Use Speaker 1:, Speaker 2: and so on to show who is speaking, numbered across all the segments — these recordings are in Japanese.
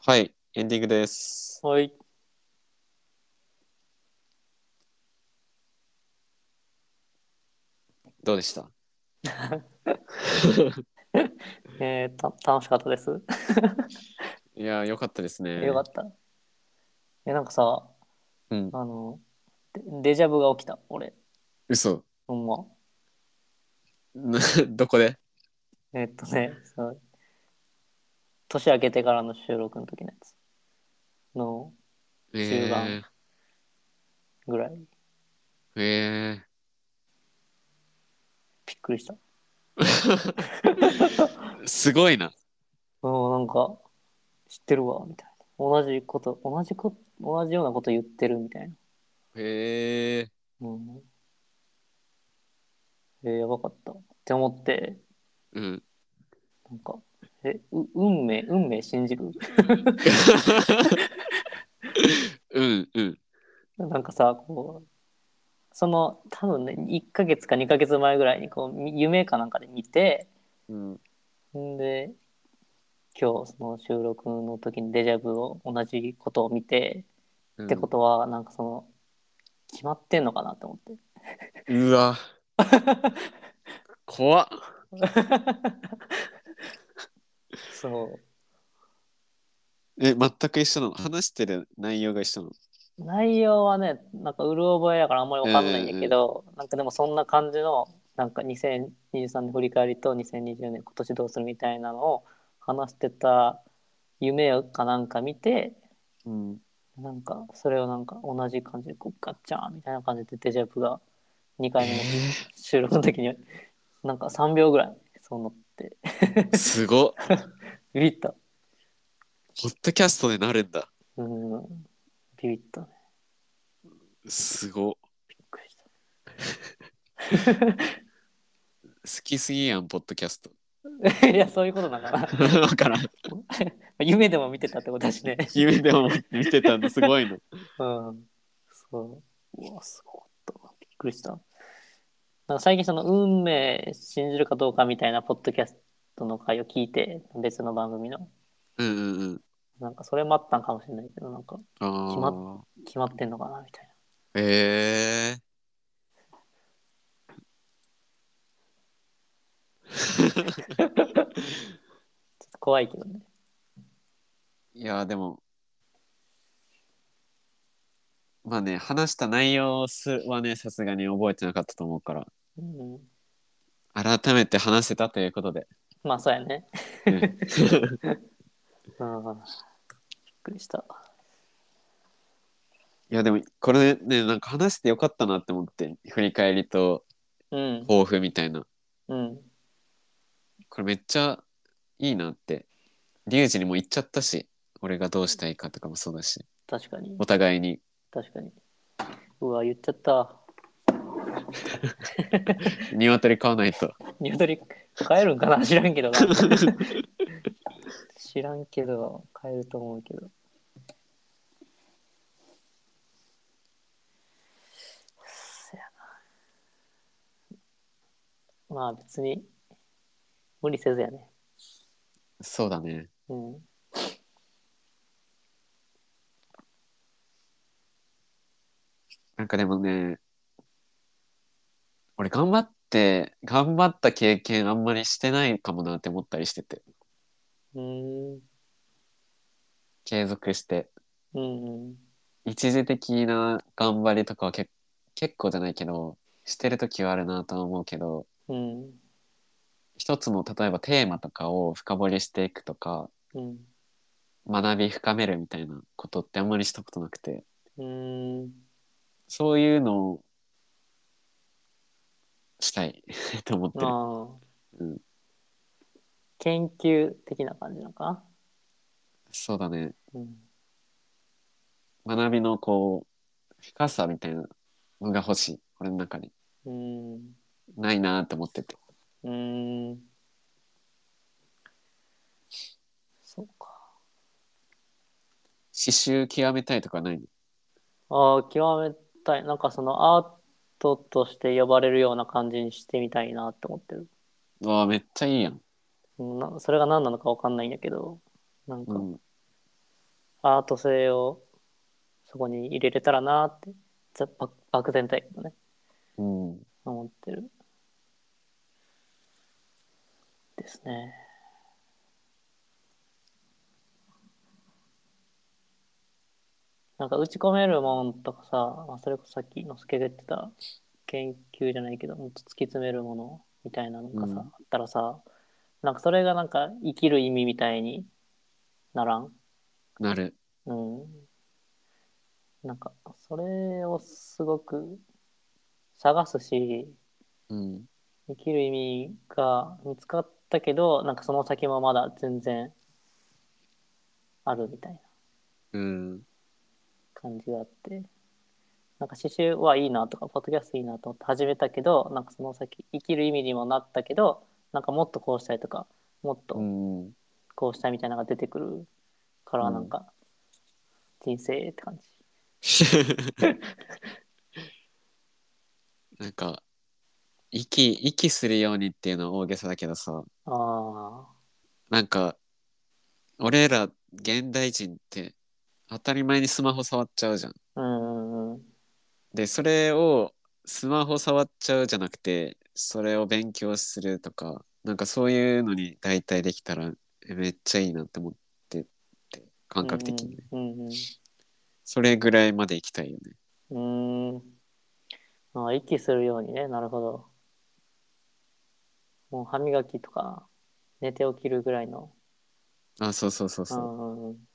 Speaker 1: はい、エンディングです。
Speaker 2: はい。
Speaker 1: どうでした
Speaker 2: えー、た楽しかったです。
Speaker 1: いやー、よかったですね。
Speaker 2: よかった。え、なんかさ、
Speaker 1: うん、
Speaker 2: あの、デデジャブが起きた、俺。
Speaker 1: 嘘。
Speaker 2: ほんま。
Speaker 1: などこで
Speaker 2: えーっとね、 そう年明けてからの収録の時のやつの中盤
Speaker 1: え
Speaker 2: ぐらい、
Speaker 1: ー、え
Speaker 2: びっくりした。
Speaker 1: ー、すごいな。
Speaker 2: うん、なんか、知ってるわ、みたいな。同じこと、同じこ、同じようなこと言ってるみたいな。
Speaker 1: え
Speaker 2: うん。えーやばかった。って思って、
Speaker 1: ー、うん。
Speaker 2: なんか、え、う運命、運命信じる
Speaker 1: うん、うん。
Speaker 2: なんかさ、こう、その、多分ね、1ヶ月か2ヶ月前ぐらいに、こう、み夢かなんかで見て、
Speaker 1: うん、
Speaker 2: んで、今日、その収録の時にデジャブを、同じことを見て、
Speaker 1: うん
Speaker 2: ってことは、なんかその、決まってんのかなと思って。
Speaker 1: うわ。 怖っ。
Speaker 2: そ
Speaker 1: え、全く一緒なの話してる内容が一緒なの
Speaker 2: う。内容はね、なんかうる覚えやからあんまりわかんないんやけど、なんかでもそんな感じの、なんか2023年振り返りと2020年今年どうするみたいなのを話してた夢かなんか見て、
Speaker 1: うん。
Speaker 2: なんかそれをなんか同じ感じでこうガッチャンみたいな感じでデジャブが2回目の収録の時に、なんか3秒ぐらいそうなって、
Speaker 1: ー、すごっ。
Speaker 2: ビビった。
Speaker 1: ポッドキャストでなるんだ。
Speaker 2: うん、ビビったね。
Speaker 1: すごっ。
Speaker 2: びっくりした。
Speaker 1: 好きすぎやん、ポッドキャスト。
Speaker 2: いや、そういうことだから。
Speaker 1: わから ん。
Speaker 2: 夢でも見てたってことだしね。
Speaker 1: 夢でも見てたんだ、すごいの。
Speaker 2: うん。そう。うわ、すごかった。びっくりした。なんか最近その運命信じるかどうかみたいなポッドキャストの回を聞いて、別の番組の。
Speaker 1: うんうんうん。
Speaker 2: なんかそれもあったんかもしれないけど、なんか
Speaker 1: あ
Speaker 2: 決
Speaker 1: あ
Speaker 2: ま。決まってんのかなみたい
Speaker 1: ええ
Speaker 2: な。ちょっと怖いけどね。
Speaker 1: いや、でも。まあね、話した内容すはね、さすがに覚えてなかったと思うから。
Speaker 2: うん。
Speaker 1: 改めて話せたということ で。
Speaker 2: まあ、そうやね。
Speaker 1: うん
Speaker 2: うん。びっくりした。
Speaker 1: いや、でも、これね、なんか話してよかったなって思って、振り返りと
Speaker 2: うん。
Speaker 1: 抱負みたいな。
Speaker 2: うん。
Speaker 1: これめっちゃいいなってリュウジにも言っちゃったし俺がどうしたいかとかもそうだし
Speaker 2: 確かに。
Speaker 1: お互いに
Speaker 2: 確かに。うわ、言っちゃった。
Speaker 1: 鶏買わないと
Speaker 2: ニワトリ帰るんかな 知らんけどな。知らんけど、帰ると思うけど。そやな。まあ別に、無理せずやね。
Speaker 1: そうだね
Speaker 2: うん。
Speaker 1: なんかでもね俺頑張って頑張った経験あんまりしてないかもなって思ったりしてて
Speaker 2: うーん。
Speaker 1: 継続して
Speaker 2: うんうん。
Speaker 1: 一時的な頑張りとかはけ結構じゃないけどしてる時はあるなとは思うけど
Speaker 2: うん。
Speaker 1: 一つの例えばテーマとかを深掘りしていくとか
Speaker 2: うん。
Speaker 1: 学び深めるみたいなことってあんまりしたことなくて
Speaker 2: うん。
Speaker 1: そういうのをしたい と思ってる。
Speaker 2: ああ。
Speaker 1: うん
Speaker 2: 研究的な感じなのかな。
Speaker 1: そうだね。
Speaker 2: うん。
Speaker 1: 学びのこう、深さみたいなのが欲しい。俺の中に。
Speaker 2: うん。
Speaker 1: ないなーと思ってて。
Speaker 2: うーん。そうか。
Speaker 1: 刺繍極めたいとかないの
Speaker 2: ああ、極めたい。なんかそのアートとして呼ばれるような感じにしてみたいなって思ってる。
Speaker 1: うわあ、めっちゃいいやん。
Speaker 2: うんなそれが何なのか分かんないんだけど、なんか
Speaker 1: うん。
Speaker 2: アート性をそこに入れれたらなってざば漠然とやけどね
Speaker 1: うん。
Speaker 2: 思ってるですねなんか打ち込めるもんとかさ、まあ、それこそさっきのすけが言ってた研究じゃないけどもっと突き詰めるものみたいなのがさ、
Speaker 1: うん
Speaker 2: あったらさなんかそれがなんか生きる意味みたいにならん
Speaker 1: なる。
Speaker 2: うん。なんか、それをすごく探すし、
Speaker 1: うん。
Speaker 2: 生きる意味が見つかったけど、なんかその先もまだ全然あるみたいな
Speaker 1: うん。
Speaker 2: 感じがあって、なんか刺繍はいいなとか、ポッドキャストいいなと思って始めたけど、なんかその先、生きる意味にもなったけど、なんかもっとこうしたいとか、もっと
Speaker 1: うん。
Speaker 2: こうしたいみたいなのが出てくるから、
Speaker 1: うん
Speaker 2: なんか、人生って感じ。
Speaker 1: なんか、息、息するようにっていうのは大げさだけどさ、
Speaker 2: あ
Speaker 1: なんか、俺ら現代人って当たり前にスマホ触っちゃうじゃん。
Speaker 2: あ、うんうんうん。
Speaker 1: で、それをスマホ触っちゃうじゃなくて、それを勉強するとか、なんかそういうのに代替できたらえめっちゃいいなって思ってって、感覚的にね。
Speaker 2: うんうん
Speaker 1: それぐらいまで行きたいよね。
Speaker 2: うん、うーん。あ息するようにね、なるほど。もう歯磨きとか、寝て起きるぐらいの。
Speaker 1: あ、そうそうそうそう。
Speaker 2: んうん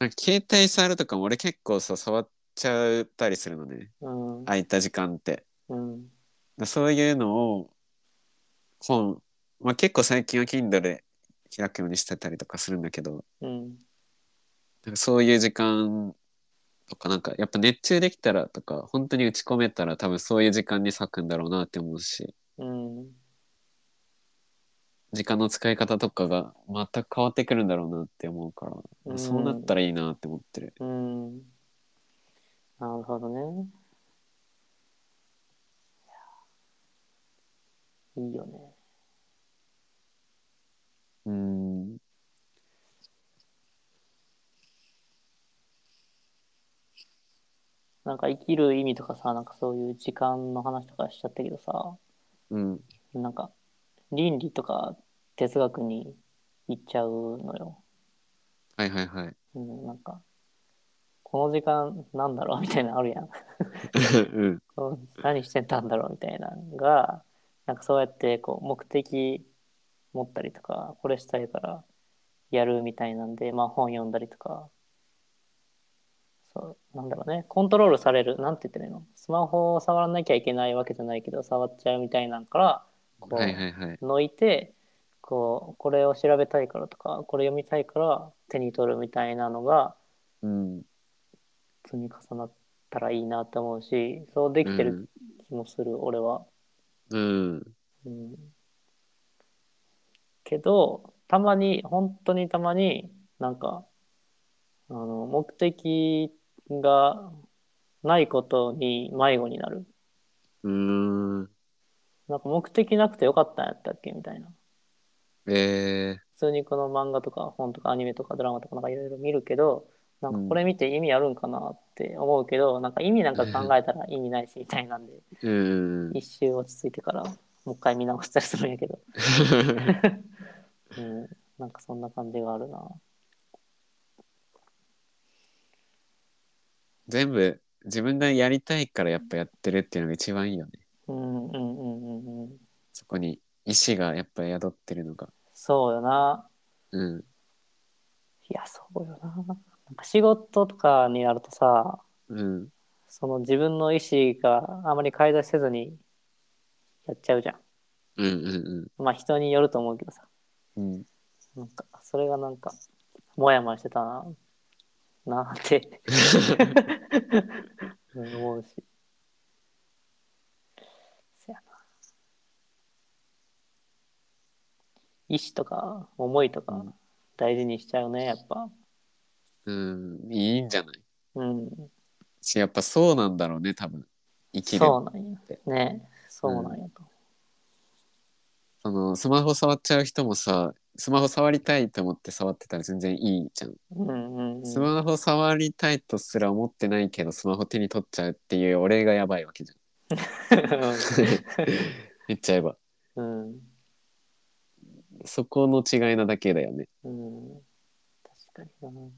Speaker 1: なんか携帯触るとかも俺結構さ触っちゃったりするのね
Speaker 2: うん。
Speaker 1: 空いた時間って
Speaker 2: うん。
Speaker 1: だそういうのを本、まあ、結構最近は Kindle で開くようにしてたりとかするんだけど
Speaker 2: う
Speaker 1: な
Speaker 2: ん。
Speaker 1: んかそういう時間とかなんかやっぱ熱中できたらとか本当に打ち込めたら多分そういう時間に割くんだろうなって思うし
Speaker 2: うん。
Speaker 1: 時間の使い方とかが全く変わってくるんだろうなって思うから、
Speaker 2: うん
Speaker 1: そうなったらいいなって思ってる。
Speaker 2: うん。なるほどね。いやいいよね。
Speaker 1: うん
Speaker 2: なんか生きる意味とかさ、なんかそういう時間の話とかしちゃったけどさ、
Speaker 1: うん
Speaker 2: なんか倫理とか哲学に行っちゃうのよ。
Speaker 1: はいはいはい。
Speaker 2: うん、なんかこの時間なんだろうみたいなのあるやん。
Speaker 1: うん
Speaker 2: こう何してたんだろうみたいなのがなんかそうやってこう目的持ったりとかこれしたいからやるみたいなんで、まあ、本読んだりとかそうなんだろうねコントロールされるなんて言ってるのスマホを触らなきゃいけないわけじゃないけど触っちゃうみたいなんからこう、
Speaker 1: はいはいはい。
Speaker 2: のいてこうこれを調べたいからとかこれ読みたいから手に取るみたいなのが
Speaker 1: うん。
Speaker 2: 積み重なったらいいなと思うしそうできてる気もする、俺は、
Speaker 1: うん。うん。
Speaker 2: うん。けどたまに本当にたまになんかあの目的がないことに迷子になる
Speaker 1: うーん。
Speaker 2: なんか目的なくてよかったんやったっけみたいな
Speaker 1: え
Speaker 2: 普通にこの漫画とか本とかアニメとかドラマとかなんかいろいろ見るけどなんかこれ見て意味あるんかなって思うけど、なんか意味なんか考えたら意味ないしみたいなんで、
Speaker 1: ー。うん。
Speaker 2: 一周落ち着い てからもう一回見直したりするんやけど、うん、なんかそんな感じがあるな
Speaker 1: 全部自分がやりたいからやっぱやってるっていうのが一番いいよね。
Speaker 2: うんうんうんうんうん
Speaker 1: そこに意志がやっぱ宿ってるのが。
Speaker 2: そうよな
Speaker 1: うん。
Speaker 2: いやそうよななんか仕事とかになるとさ
Speaker 1: うん。
Speaker 2: その自分の意思があまり介在せずにやっちゃうじゃ
Speaker 1: うんうん
Speaker 2: んまあ人によると思うけどさ
Speaker 1: うん。うん。
Speaker 2: なんか、それがなんか、もやもやしてたな、なーって、 うん思うし。そやな。意志とか、思いと
Speaker 1: う
Speaker 2: か
Speaker 1: ん、
Speaker 2: 大事にしちゃうね、やっぱ。
Speaker 1: うん。いいんじゃない
Speaker 2: うん。
Speaker 1: し、やっぱそうなんだろうね、多分。生きる。
Speaker 2: そうなんや。ね。そうなんやと。
Speaker 1: そのスマホ触っちゃう人もさスマホ触りたいと思って触ってたら全然いいじゃん。
Speaker 2: うんうんうん
Speaker 1: ス マホ触りたいとすら思ってないけどスマホ手に取っちゃうっていう俺がやばいわけじゃん。言っちゃえば。
Speaker 2: うん
Speaker 1: そこの違いなだけだよね。
Speaker 2: うん確かにな。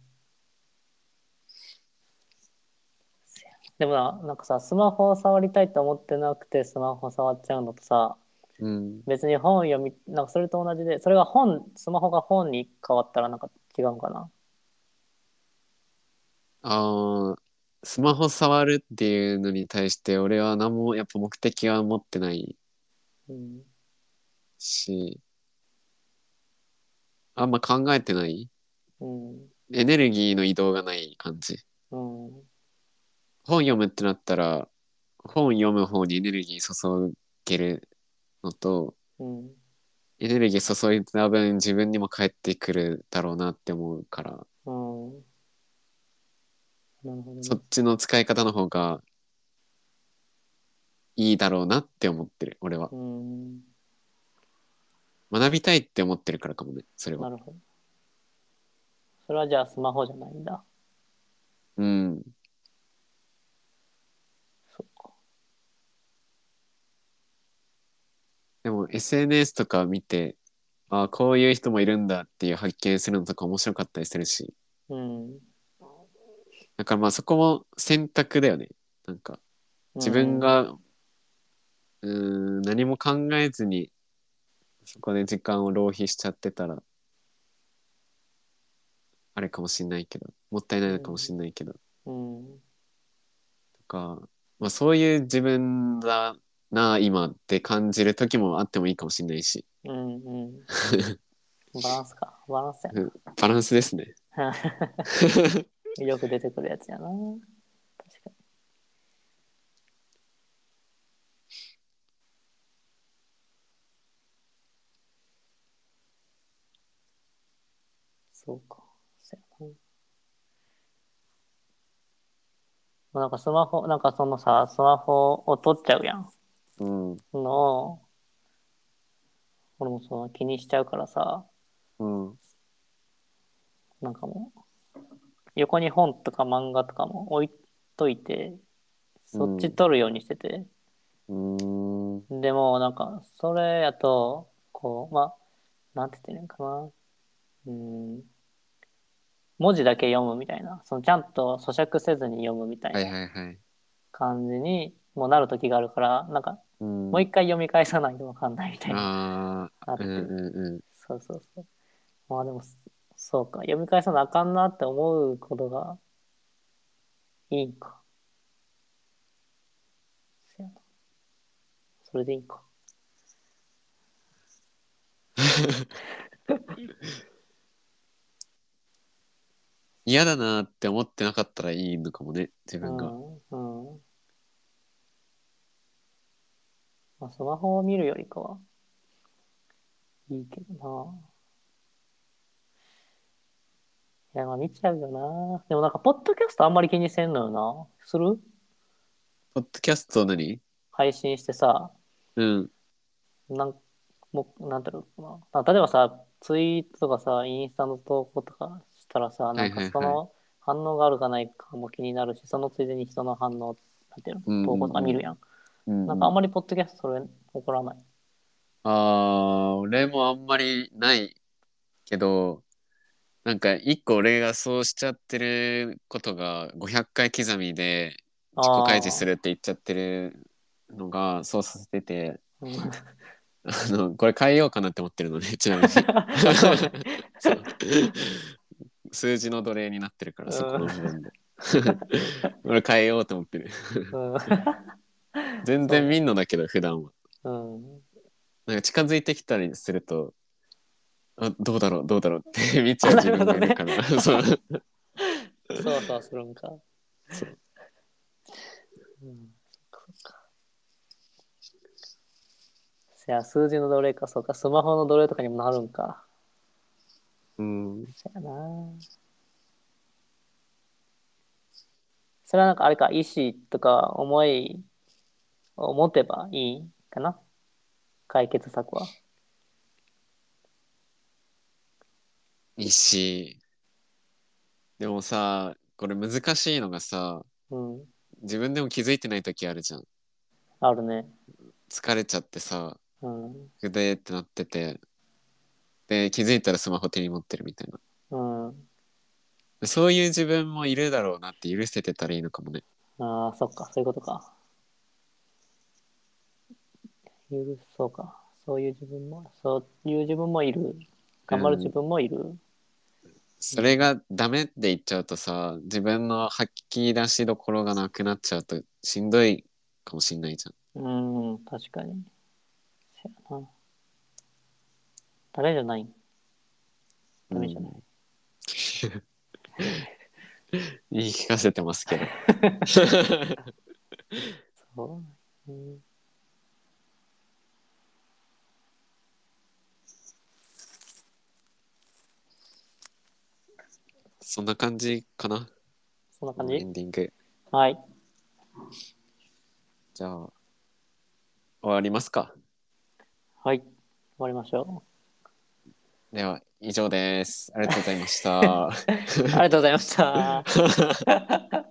Speaker 2: でもな、なんかさ、スマホを触りたいと思ってなくて、スマホ触っちゃうのとさ、
Speaker 1: うん。
Speaker 2: 別に本読み、なんかそれと同じで、それが本、スマホが本に変わったらなんか違うんかな。
Speaker 1: ああ、スマホ触るっていうのに対して俺は何もやっぱ目的は持ってない
Speaker 2: うん。
Speaker 1: し、あんま考えてない
Speaker 2: うん。
Speaker 1: エネルギーの移動がない感じ。
Speaker 2: うん。
Speaker 1: 本読むってなったら本読む方にエネルギー注げるのと
Speaker 2: うん。
Speaker 1: エネルギー注いだ分自分にも返ってくるだろうなって思うから
Speaker 2: うん。なるほどね
Speaker 1: そっちの使い方の方がいいだろうなって思ってる俺は
Speaker 2: うん。
Speaker 1: 学びたいって思ってるからかもねそれ
Speaker 2: な
Speaker 1: は
Speaker 2: るほど。それはじゃあスマホじゃないんだ。
Speaker 1: うん
Speaker 2: そうか。
Speaker 1: でも SNS とか見てああこういう人もいるんだっていう発見するのとか面白かったりするし
Speaker 2: うん。
Speaker 1: だからまあそこも選択だよねなんか自分がうーん何も考えずにそこで時間を浪費しちゃってたらあれかもしんないけどもったいないのかもしんないけど、
Speaker 2: うん、うん
Speaker 1: とか、まあ、そういう自分だな今って感じる時もあってもいいかもしんないし
Speaker 2: うんうん。バランスか。バランスや
Speaker 1: バランスですね。
Speaker 2: な。 よく出てくるやつやな。確かに。そうか。そうやなまあなんかスマホ、なんかそのさ、スマホを取っちゃうやん。
Speaker 1: うん
Speaker 2: のを、俺もその気にしちゃうからさ、
Speaker 1: うん
Speaker 2: なんかもう、横に本とか漫画とかも置いといて、そっち取るようにしてて、
Speaker 1: うーん
Speaker 2: でもなんか、それやと、こう、まあ、なんて言ってるんかな、うん、文字だけ読むみたいな、そのちゃんと咀嚼せずに読むみたい
Speaker 1: はい
Speaker 2: な
Speaker 1: はいはい。
Speaker 2: 感じにもうなる時があるから、なんか、
Speaker 1: うん、
Speaker 2: もう一回読み返さないとわかんないみたいな、
Speaker 1: あ
Speaker 2: あ
Speaker 1: あ、
Speaker 2: っ
Speaker 1: う
Speaker 2: て
Speaker 1: んうんうん。
Speaker 2: そうそうそう。まあでも、そそうか。読み返さなあかんなって思うことがいいんか。そやなそれでいいんか。
Speaker 1: 嫌だなって思ってなかったらいいのかもね、自分が。
Speaker 2: うん。うん。まあ、スマホを見るよりかは、いいけどな。いや、まあ見ちゃうよな。でもなんか、ポッドキャストあんまり気にせんのよな。する
Speaker 1: ポッドキャスト何
Speaker 2: 配信してさ。
Speaker 1: うん。
Speaker 2: なんもうなんだろうのかな。例えばさ、ツイートとかさ、インスタの投稿とかしたらさ、なん
Speaker 1: はいはいは
Speaker 2: か
Speaker 1: い
Speaker 2: その反応があるかないかも気になるし、そのついでに人の反応、なんていう
Speaker 1: うんうんう
Speaker 2: の、
Speaker 1: ん
Speaker 2: 投稿とか見るやん。
Speaker 1: うん
Speaker 2: なんかあんまりポッドキャストそれ起こらない。
Speaker 1: ああ、俺もあんまりないけど、なんか一個俺がそうしちゃってることが500回刻みで自己開示す
Speaker 2: る。
Speaker 1: るって言っちゃってるのがそうさせてて、
Speaker 2: うん
Speaker 1: あの、これ変えようかなって思ってる のね、ちなみに。そう数字の奴隷になってるから、そこの部分で。 俺変えようと思ってる。全然見んのだけど、普段は。
Speaker 2: うん。うん
Speaker 1: なんか近づいてきたりすると、あ、どうだろう、どうだろうって 見ちゃう自分がいるから。 そう
Speaker 2: そうそうするんか。うん、そっかそっか。せや、数字の奴隷か、そうか、スマホの奴隷とかにもなるんか。
Speaker 1: うん。
Speaker 2: せやな。それはなんかあれか、意思とか思いを持てばいいかな。解決策は。
Speaker 1: いいし、でもさ、これ難しいのがさ、
Speaker 2: うん。
Speaker 1: 自分でも気づいてない時あるじゃん。
Speaker 2: あるね。
Speaker 1: 疲れちゃってさ、
Speaker 2: うん。
Speaker 1: ぐでーってなってて、で、気づいたらスマホ手に持ってるみたいな。
Speaker 2: うん。
Speaker 1: そういう自分もいるだろうなって許せてたらいいのかもね。
Speaker 2: ああ、そっか、そういうことか。許そうか。そういう自分も、そういう自分もいる。頑張る自分もいる。
Speaker 1: それがダメって言っちゃうとさ、自分の吐き出しどころがなくなっちゃうとしんどいかもしんないじゃん。
Speaker 2: うん、確かに。せやな。誰じゃないダメじゃない。
Speaker 1: 言い聞かせてます けど。
Speaker 2: そう。うん
Speaker 1: そんな感じかな
Speaker 2: そんな感
Speaker 1: エ
Speaker 2: じ
Speaker 1: ンディング。
Speaker 2: はい。
Speaker 1: じゃあ、終わりますか。
Speaker 2: はい。終わりましょ
Speaker 1: では、以上です。ありがとうございました。
Speaker 2: う。ありがとうございました。